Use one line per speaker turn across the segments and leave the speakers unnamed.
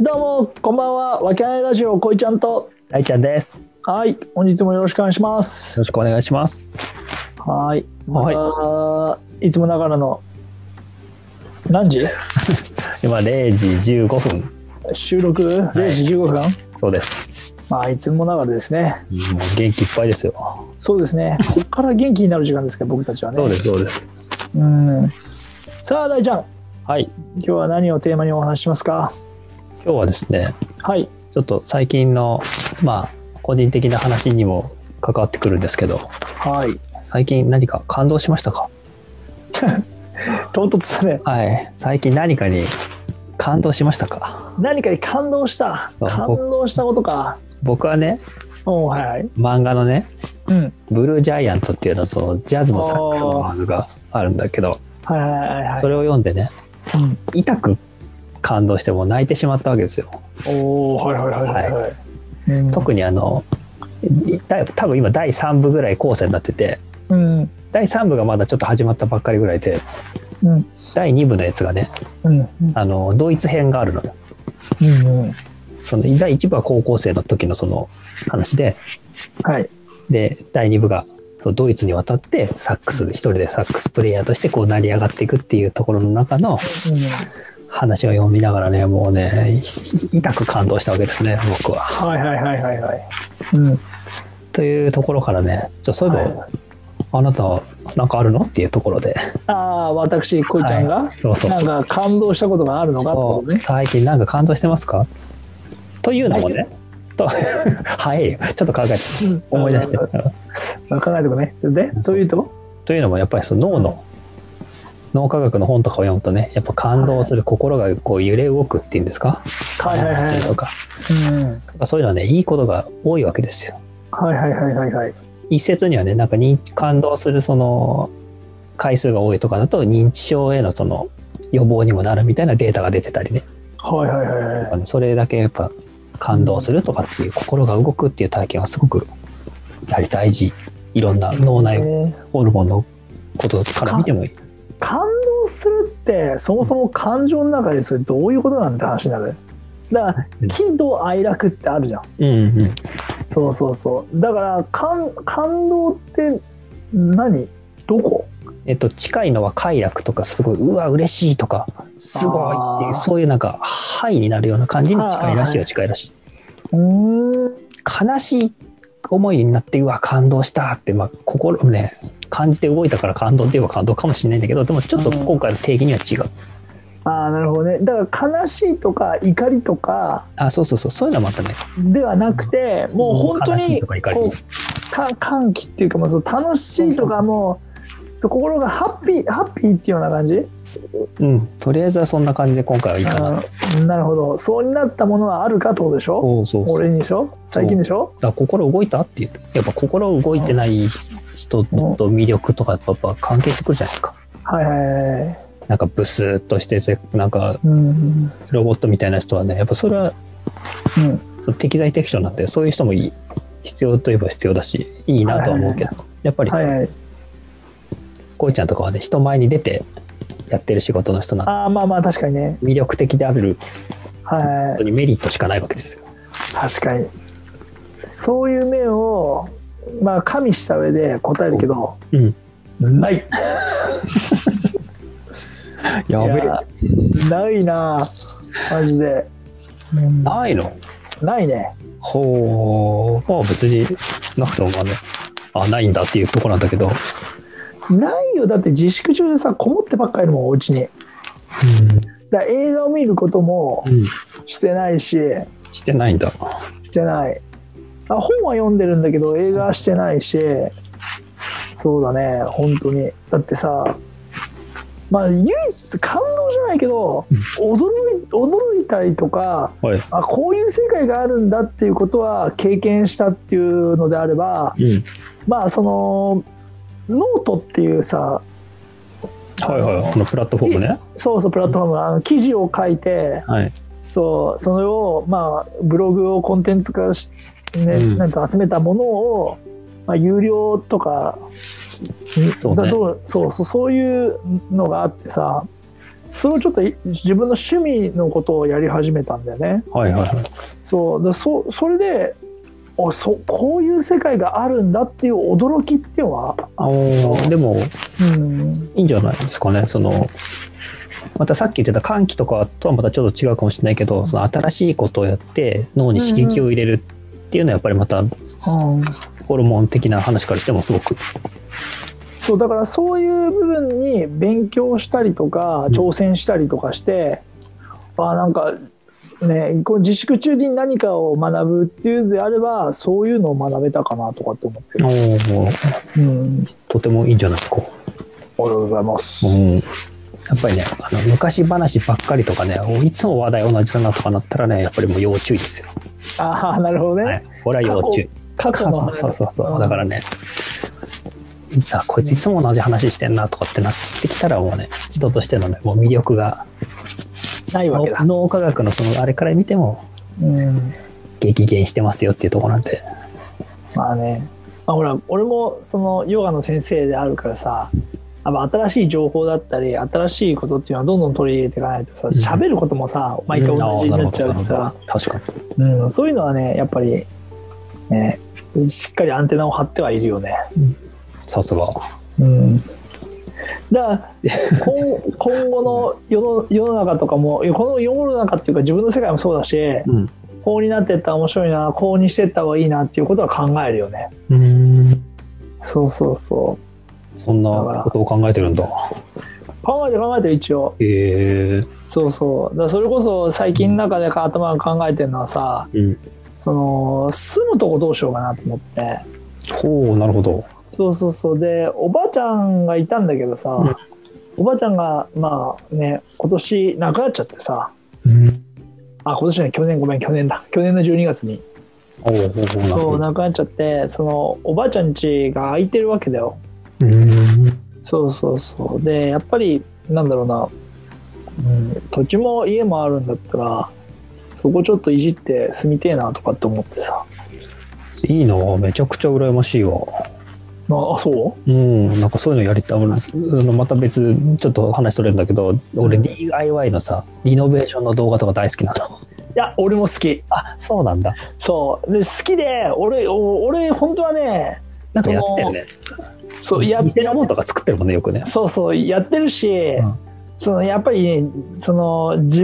どうも、こんばんは。わけあいラジオ、こいちゃんと。
大ちゃんです。よ
はい、本日もよろしくお願いします。
ろしくお願いします。
はい。
はい
い。いつもながらの、何時
今0時15分。
収録 ?0 時15分、
そうです。
まあ、いつもながらですね。
もう元気いっぱいですよ。
そうですね。ここから元気になる時間ですから、僕たちはね。
そうです、そうです。
うん。さあ、大ちゃん。
はい。
今日は何をテーマにお話ししますか
今日はですね、
はい。
ちょっと最近の、まあ、個人的な話にも関わってくるんですけど、
はい。
最近何か感動しましたか
唐突だね。
はい。最近何かに感動しましたか
何かに感動した。
そう
感動したことか。
僕はね、
うん、はいはい。
漫画のね、
うん。
ブルージャイアントっていうのそのジャズのサックスの漫画があるんだけど、
はいはいはいはい。
それを読んでね、
うん
痛く感動してもう泣いてしまったわけですよ。
おおはいはいはいはい、うん、
特にあのだ多分今第3部ぐらい構成になってて
うん
第3部がまだちょっと始まったばっかりぐらいで
うん
第2部のやつがね
うん
あのドイツ編があるのよ
うんうん
その第1部は高校生の時のその話で
はい
で第2部がそのドイツに渡ってサックス一人でサックスプレイヤーとしてこう成り上がっていくっていうところの中の
うん
話を読みながらねもうねい痛く感動したわけですね僕は。
はいはいはいはいはいうん
というところからねじゃあそういえば、
は
あなたなんかあるのっていうところで。
ああ私こいちゃんが、
はいそうそう
なんか感動したことがあるのかってこ
そ
と
う
ね
最近なんか感動してますかというのもね、と 早いよちょっと考えて思い出して
うん考えてくねでそういうと
というのもやっぱりその脳の脳科学の本とかを読むとねやっぱ感動する心がこう揺れ動くっていうんですか
はいはいはい
感動するとか
うん
そういうのはねいいことが多いわけですよ
はいはいはいはいはい
一説にはねなんかに感動するその回数が多いとかだと認知症へのその予防にもなるみたいなデータが出てたりね
はいはいはいはい
それだけやっぱ感動するとかっていう心が動くっていう体験はすごくやはり大事いろんな脳
え
内
ー
ホルモンのことから見てもいい
感動するってそもそも感情の中でそれどういうことなんて話になるだから
うん
喜怒哀楽ってあるじゃん
うんうん
そうそうそう。だから、感、感動って何どこ
えっと近いのは快楽とかすごいうわ嬉しいとかすごいってい
あ
う
ー
そういうなんかハイになるような感じに近いらしい
あー
よ近いらしいう
ーん。
悲しい思いになってうわ感動したってまあ心ね感じて動いたから感動って言えば感動かもしれないんだけどでもちょっと今回の定義には違う
ああ、なるほどね。だから、悲しいとか怒りとか
あそうそうそうそういうのはまたね
ではなくて、もう本当
悲しい
に、
とか怒り
こう、か歓喜っていうか、もうそう楽しいとか、もう、心がハッピー、ハッピーっていうような感じ
うん、とりあえずはそんな感じで今回はいいかな。
うんなるほど。そうになったものはあるかってことでしょ
そうそうそう。
俺にでしょ最近でしょ
だから心動いたっていう。やっぱ心動いてない人のと魅力とかやっぱ関係してくるじゃないですか。
はいはいはいはい。
なんかブスッとしてて、なんか
うん。
ロボットみたいな人はね、やっぱそれは
うん。
その適材適所なんで、そういう人もいい。必要といえば必要だし、いいなとは思うけど、やっぱり、
はいはい。
こいちゃんとかはね、人前に出てやってる仕事の人なんで、
ああ、まあまあ、確かにね。
魅力的である、
はいはいはい
本当。にメリットしかないわけですよ。
確かにそういう面をまあ加味した上で答えるけど
うん。
ない
やべえ
い。やないなマジで、うんな
ないの
いね
ほう、まあ別になくてもまあね、あ、ないんだっていうとこなんだけど、
ないよだって自粛中でさこもってばっかりいるもんお家にだから映画を見ることも
うん、
してないし
してないんだ。
してないあ本は読んでるんだけど映画はしてないしそうだね本当にだってさまあ唯一感動じゃないけど
うん
驚い驚いたりとか
はい。
あこういう世界があるんだっていうことは経験したっていうのであれば
うん。
まあそのノートっていうさ
はいはい。このプラットフォームね。
そうそうプラットフォームあの記事を書いて
はい。
そうそれをまあブログをコンテンツ化し、ね
うん
なんか集めたものを、まあ、有料とか
そうね
だとそうそうそういうのがあってさそれをちょっとい自分の趣味のことをやり始めたんだよね
はいはいはい。
そうだそそれでおそこういう世界があるんだっていう驚きっていうのは
あのでも、
うん
いいんじゃないですかね。その、またさっき言ってた歓喜とかとはまたちょっと違うかもしれないけど、その新しいことをやって脳に刺激を入れるっていうのはやっぱりまた
うん
ホルモン的な話からしてもすごく。
そうだからそういう部分に勉強したりとか
うん
挑戦したりとかして、あーなんかねこう自粛中に何かを学ぶっていうのであればそういうのを学べたかなとかって思ってる、うん、
とてもいいんじゃないですか。
ありがとうございます、
うん。やっぱりね、あの昔話ばっかりとかね、いつも話題同じだなとかなったらね、やっぱりもう要注意ですよ。
ああなるほどね、
はい。これは要注意。
過去の話
そうそうそう。
ん
だからね、あこいついつも同じ話してんなとかってなってきたらもうね、人としてのね、もう魅力が、
ないわけだ、
脳科学のそのあれから見ても
うん、
激減してますよっていうところなんで。
まあね、まあ、ほら俺もそのヨガの先生であるからさやっぱ新しい情報だったり新しいことっていうのはどんどん取り入れていかないとさ
ん
喋ることもさ毎回同じになっちゃうし
んな
さ
るほ、ど確かに。
うん、そういうのはねやっぱり、ね、しっかりアンテナを張ってはいるよね。
さすが。
うんだから今今後の世の世の中とかもこの世の中っていうか自分の世界もそうだし
うん。
こうになってったら面白いなこうにしてった方がいいなっていうことは考えるよね
うん。
そうそうそ
そんなことを考えてるんだ。
う考えて考えて一応
へえ
そうそうだからそれこそ最近の中で頭が考えてるのはさ
うん。
その住むとこどうしようかなと思って
ほう、なるほど。
そうそうそうでおばあちゃんがいたんだけどさ、
うん
おばあちゃんがまあね今年亡くなっちゃってさ
うん。
あ今年ね去年ごめん去年だ去年の12月に
ほうほうほう、なる
そう
ほど。
亡くなっちゃってそのおばあちゃん家が空いてるわけだよ
うん。
そうそうそうでやっぱりなんだろうな、うん、土地も家もあるんだったらそこちょっといじって住みてえなとかって思ってさ
いいなめちゃくちゃ羨ましいわ。
ああそ
うん、なんかそういうのやりたい。俺そのまた別、ちょっと話それるんだけど、俺
うん
DIY のさ、リノベーションの動画とか大好きなの。
ういや俺も好き
あ、そうなんだ。
そうで好きで俺お俺本当はね
なんかやってたよね。
そうやって
店のもんとか作ってるもんね、よくね。
そうそうやってるし、
ん
そのやっぱりねその自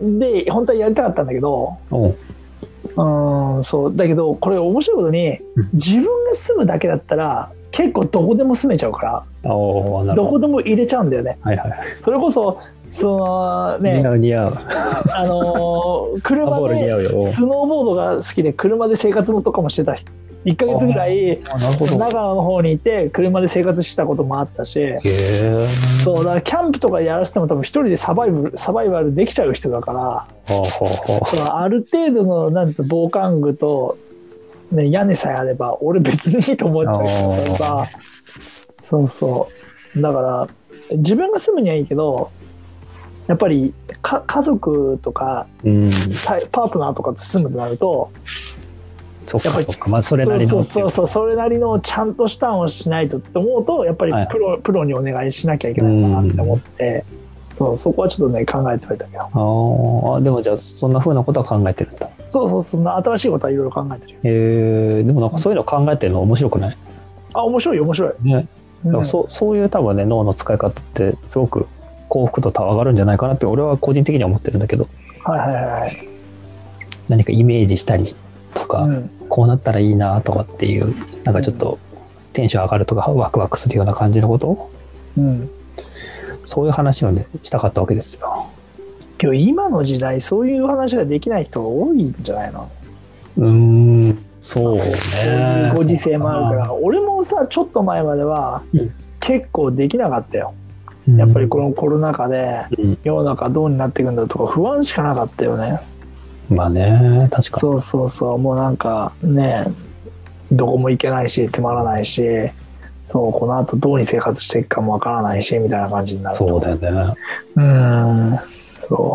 分で本当はやりたかったんだけど
おう
うんそうだけどこれ面白いことに
うん
自分が住むだけだったら結構どこでも住めちゃうか
おうな
ら
る
ど
ほど。
こでも入れちゃうんだよね
はいはい。
それこそその
似
ね
合う似合う。
あ のー
ハ
車
ボール似
で
合うよ。おう
スノーボードが好きで車で生活もとかもしてた人1ヶ月ぐらい
あなるほど。へ
長野の方にいて車で生活してたこともあったし
え。
そうだからキャンプとかやらせても多分一人でサバイブサバイバルできちゃう人だから
はあは
そうある程度のなんつう防寒具と、ね、屋根さえあれば俺別にいいと思っちゃう人だからさそうそうだから自分が住むにはいいけどやっぱりか家族とか
あ。うん。
パパートナーとかと住むとなると
そっ
やっぱ
か
り
そっか。まあ、それ
そ
なり
うそ
の
う
ってい
そう
う。
そうそれなりのちゃんとしたんをしないとって思うとやっぱり
はい
プロ,、プロにお願いしなきゃいけないかなって思って、そうそこはちょっとね考えておいたけど
ああ、でもじゃあ、そんな風なことは考えてるんだ。
そうそうそんな新しいことはいろいろ考えてるよ
へえ。でもなんかそういうの考えてるの面白くない
あ面白いよ面白い、
ね。
う
だから
ん
そうそういう多分ね脳の使い方ってすごく幸福度と上がるんじゃないかなって俺は個人的には思ってるんだけど
はいはいはいはい、
何かイメージしたりとか、
うん
こうなったらいいなとかっていうなんかちょっとテンション上がるとかワクワクするような感じのことを
うん、
そういう話をねしたかったわけですよ。
けど今の時代そういう話ができない人が多いんじゃないの、
うーんそうね
そういうご時世もあるから俺もさちょっと前までは、
うん
結構できなかったよ
うん
やっぱりこのコロナ禍で
うん
世の中どうになっていくんだとか不安しかなかったよね
まあね確か
そうそうそうもうなんかねどこも行けないしつまらないしそうこのあとどうに生活していくかもわからないしみたいな感じにな
に
る
そうだよね
うーんそう。い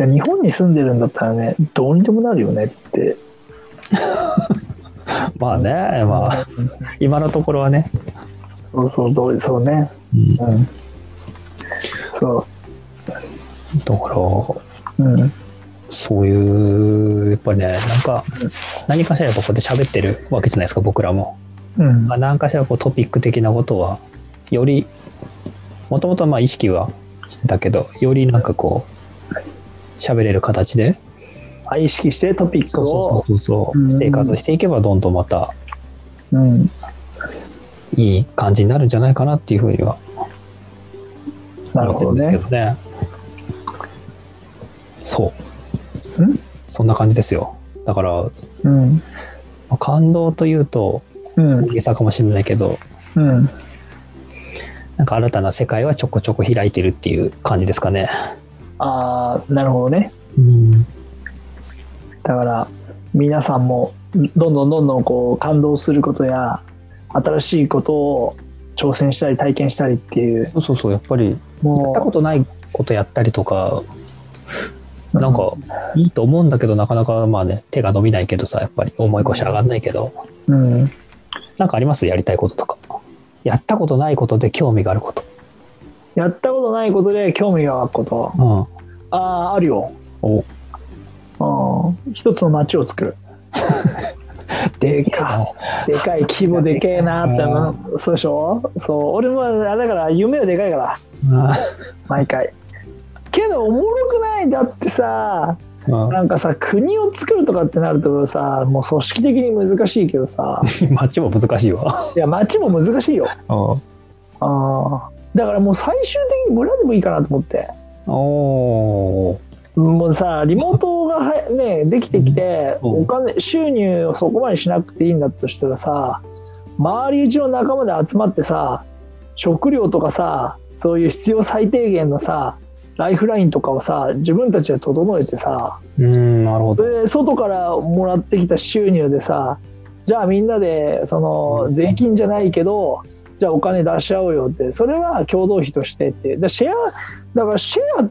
や日本に住んでるんだったらね、どうにでもなるよねって。
まあねまあ今のところはね、
そうそう、そうそうね。
うん
うん。そ
だから
う。うん。
そういうやっぱりねなんか
うん
何かしらやっぱこうやって喋ってるわけじゃないですか僕らも。
うん
まあ。何かしらこうトピック的なことはよりもともとまあ意識はしてたけどよりなんかこう喋れる形で
あ意識してトピック
そう
を。
そうそうそううん生活していけばどんどんまた
うん。
いい感じになるんじゃないかなっていうふうには
なる
思って
ほ
る
ど
んですけ
ね。
どね。そ
ん
う。そんな感じですよ。だから、ま
うん。
あ感動というと
うん
大。げさかもしれないけど、
うん。
なんか新たな世界はちょこちょこ開いてるっていう感じですかね。
ああ、なるほどね。
うん。
だから、皆さんも、どんどんどんどんこう、感動することや、新しいことを挑戦したり、体験したりっていう、
そうそうそう、やっぱり、やったこ
も
とないことやったりとか、
う、
なんか、いいと思うんだけど、なかなかまあね、手が伸びないけどさ、やっぱり、思い越し上がんないけど、
うん。
なんかありますやりたいこととか。やったことないことで興味があること。
やったことないことで興味が湧くこと。
うん。
ああ、あるよ。
お、
うん。一つの街を作る。でかでかい規模でけえなってなそうでしょそう俺もあれだから夢はでかいから
あ
毎回けどおもろくないだってさ
ー
なんかさ国を作るとかってなるとさもう組織的に難しいけどさ
うん。マッチも難しいわ。
いや町も難しいよ
うん。
あーだからもう最終的に村でもいいかなと思って
おー
もうさリモートがはやねできてきて
うん
お金収入をそこまでしなくていいんだとしたらさ周りうちの仲間で集まってさ食料とかさそういう必要最低限のさライフラインとかをさ自分たちで整えてさ
うーんなるほど
で外からもらってきた収入でさじゃあみんなでその
うん
税金じゃないけどじゃあお金出し合おうよってそれは共同費としてってでシェアだからシェア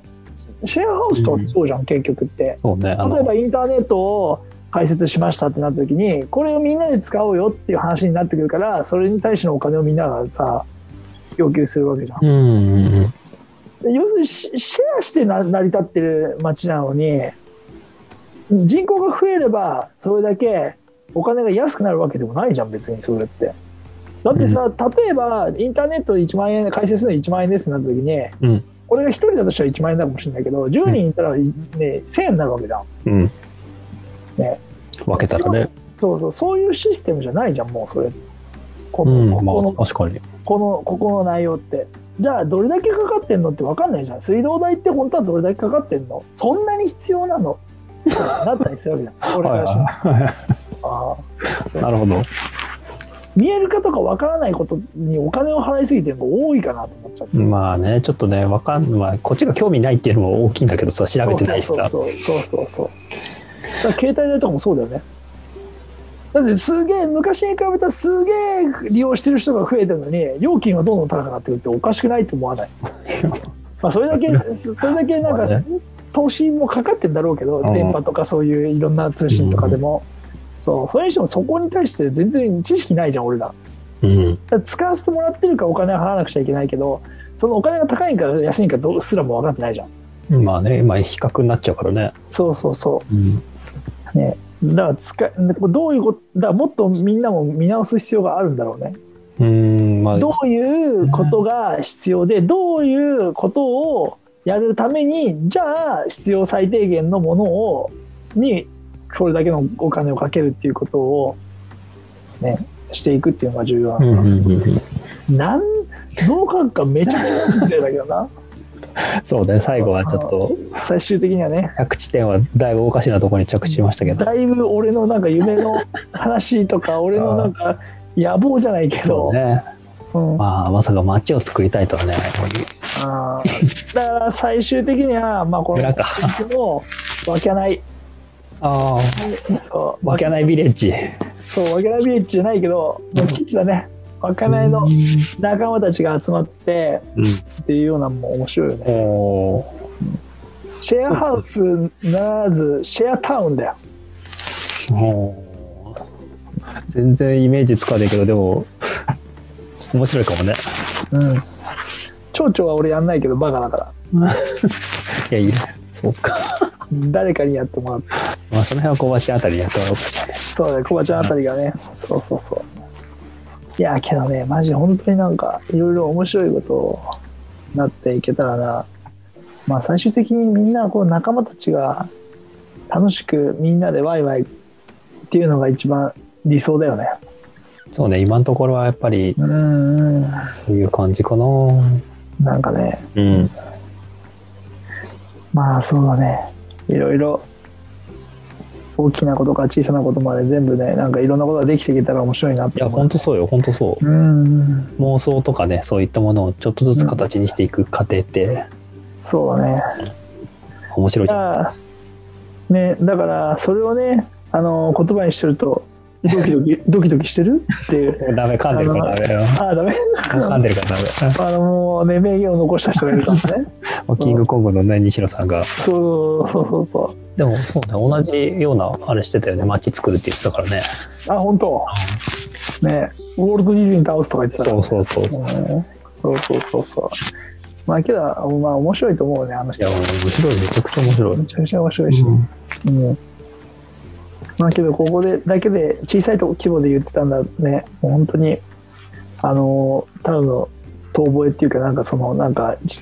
シェアハウスとかってそうじゃん、結局って
そうねあ
例え
の
ばインターネットを開設しましたってなった時にこれをみんなで使おうよっていう話になってくるからそれに対してのお金をみんながさ要求するわけじゃん
うんうんうん
で要するにシシェアしてな成り立ってる町なのに人口が増えればそれだけお金が安くなるわけでもないじゃん別にそれってだってさ、例えばインターネットで1万円開設するの1万円ですってなった時に、
うん
これが1人だとしたら1万円だかもしれないけど10人いたら、ね、1000円になるわけじゃん
うん
ね
分けたらね
そうそうそういうシステムじゃないじゃんもうそれこ
う
の,、
ん
こ
ま
この
あ確かに
このここの内容ってじゃあどれだけかかってんのって分かんないじゃん水道代って本当はどれだけかかってんのそんなに必要なのなったりするわけじゃん俺
は
か
い
らしたら
は
ああ
いなるほど
見える化とか分からないことにお金を払いすぎてるのが多いかなと思っちゃって、
まあねちょっとねわかんまあこっちが興味ないっていうのも大きいんだけどさ調べてないしさ
そうそうそうそうそうそうだから携帯代とかもそうだよねだってすげえ昔に比べたらすげえ利用してる人が増えてるのに料金がどんどん高くなってくるっておかしくないと思わ ないまあそれだけそれだけなん
まあ
か
ね
投資もかかってんだろうけど
うん
電波とかそういういろんな通信とかでもそうそれにしてもそこに対して全然知識ないじゃん俺ら
うん
だから使わせてもらってるからお金を払わなくちゃいけないけどそのお金が高いんか安いんかどうすらも分かってないじゃん
まあねまあ比較になっちゃうからね
そうそうそう
うん
だから使いどういうことだからもっとみんなも見直す必要があるんだろうね。
うんまあ
どういうことが必要でどういうことをやるためにじゃあ必要最低限のものをにそれだけのお金をかけるっていうことを、ね、していくっていうのが重要
う
な、
んうんうんうん
なん脳科学がめちゃくちゃ強いだけどな
そうね最後はちょっと
最終的にはね
着地点はだいぶおかしなところに着地しましたけど
だいぶ俺のなんか夢の話とか俺のなんか野望じゃないけ
そ
ど
う。ね
うん
まあまさか街を作りたいとはね
あーだから最終的には、まあ、こ
村
の
か
もわけない
ああ
そう
わけないビレッジ
そうわけないビレッジじゃないけどもう基地だねわけないの仲間たちが集まって
うん
っていうようなのも面白いよね
おー
シェアハウスならずシェアタウンだよ
おー全然イメージつかないけどでも面白いかもね
うん蝶々は俺やんないけどバカだから
いやいや、そうか。
誰かにやってもらって
まあ、その辺は小鉢あたりでやってもらおうかしらね。
そうね、コバちゃんあたりがね、そうそうそう。いや、けどね、マジ本当になんか、いろいろ面白いことになっていけたらな、まあ最終的にみんな、こう仲間たちが楽しくみんなでワイワイっていうのが一番理想だよね。
そうね、今のところはやっぱり、
うん、
こういう感じかな。
なんかね、
うん。
まあそうだね、いろいろ大きなことから小さなことまで全部ね、なんかいろんなことができていけたら面白いなっ
い
て
や、
思
ほ。
うん
とそうよ、ほんとそう。
うん、
妄想とかね、そういったものをちょっとずつ形にしていく過程って、
そうだね。
面白いじゃん。
ああね、だからそれをねあの言葉にしてるとドキド キドキドキしてるっていう
ダメ、噛んでるからダメよ。
ああダメ
噛んでるからダメ。
あのもうね名言を残した人がいるからね
まあキングコングのね、西野さんが。
そうそうそうそ
でも、そうね、同じような、あれしてたよね、街作るって言ってたからね。
うあ本当ねウォルト・ディズニー倒すとか言ってた
そうそうそうそう。
うんそうそうそうそうまあけどまあ面白いと思うねあの
い
人
や、面白い、めちゃくちゃ面白い。
めちゃくちゃ面白いし、
うん
うんまあけどここでだけで小さいとこ規模で言ってたんだねもう本当にあのーただの遠吠えっていうかなんかそのなんかち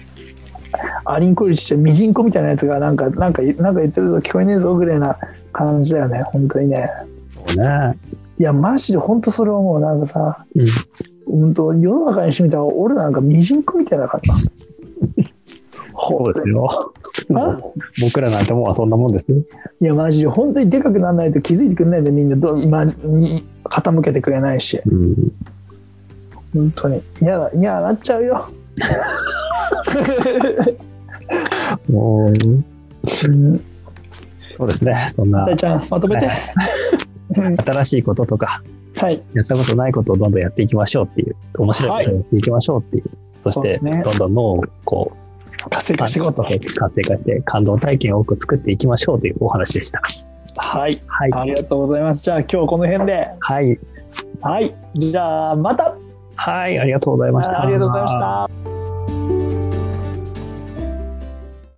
アリンコよりちっちゃいミジンコみたいなやつがなんかなんかなんか言ってると聞こえねえぞぐらいな感じだよね本当にね
そうね。
いやマジで本当それはもうなんかさ
うん。
本当世の中にしてみたら俺なんかミジンコみたいだからなほ
そううですよ。
あ
僕らなんてもんはそんなもんですよ。
いやマジで本当にでかくならないと気づいてくれないんでみんなど、ま、に傾けてくれないし
うん。
本当に嫌だ嫌なっちゃう よ
もう、
うん
そうですね。そんな
大、ちゃんまとめてうん
新しいこととか、
はい
やったことないことをどんどんやっていきましょうっていう、面白いことをやっていきましょうっていう、そし
そうで
て、
すね
どんどん脳をこう、
活性化していこうと
活性化して、感動体験を多く作っていきましょうというお話でした。
はい
はい。
ありがとうございますじゃあ今日はこの辺で
はい。
はいじゃあまた
はい、ありがとうございました。
ありがとうございました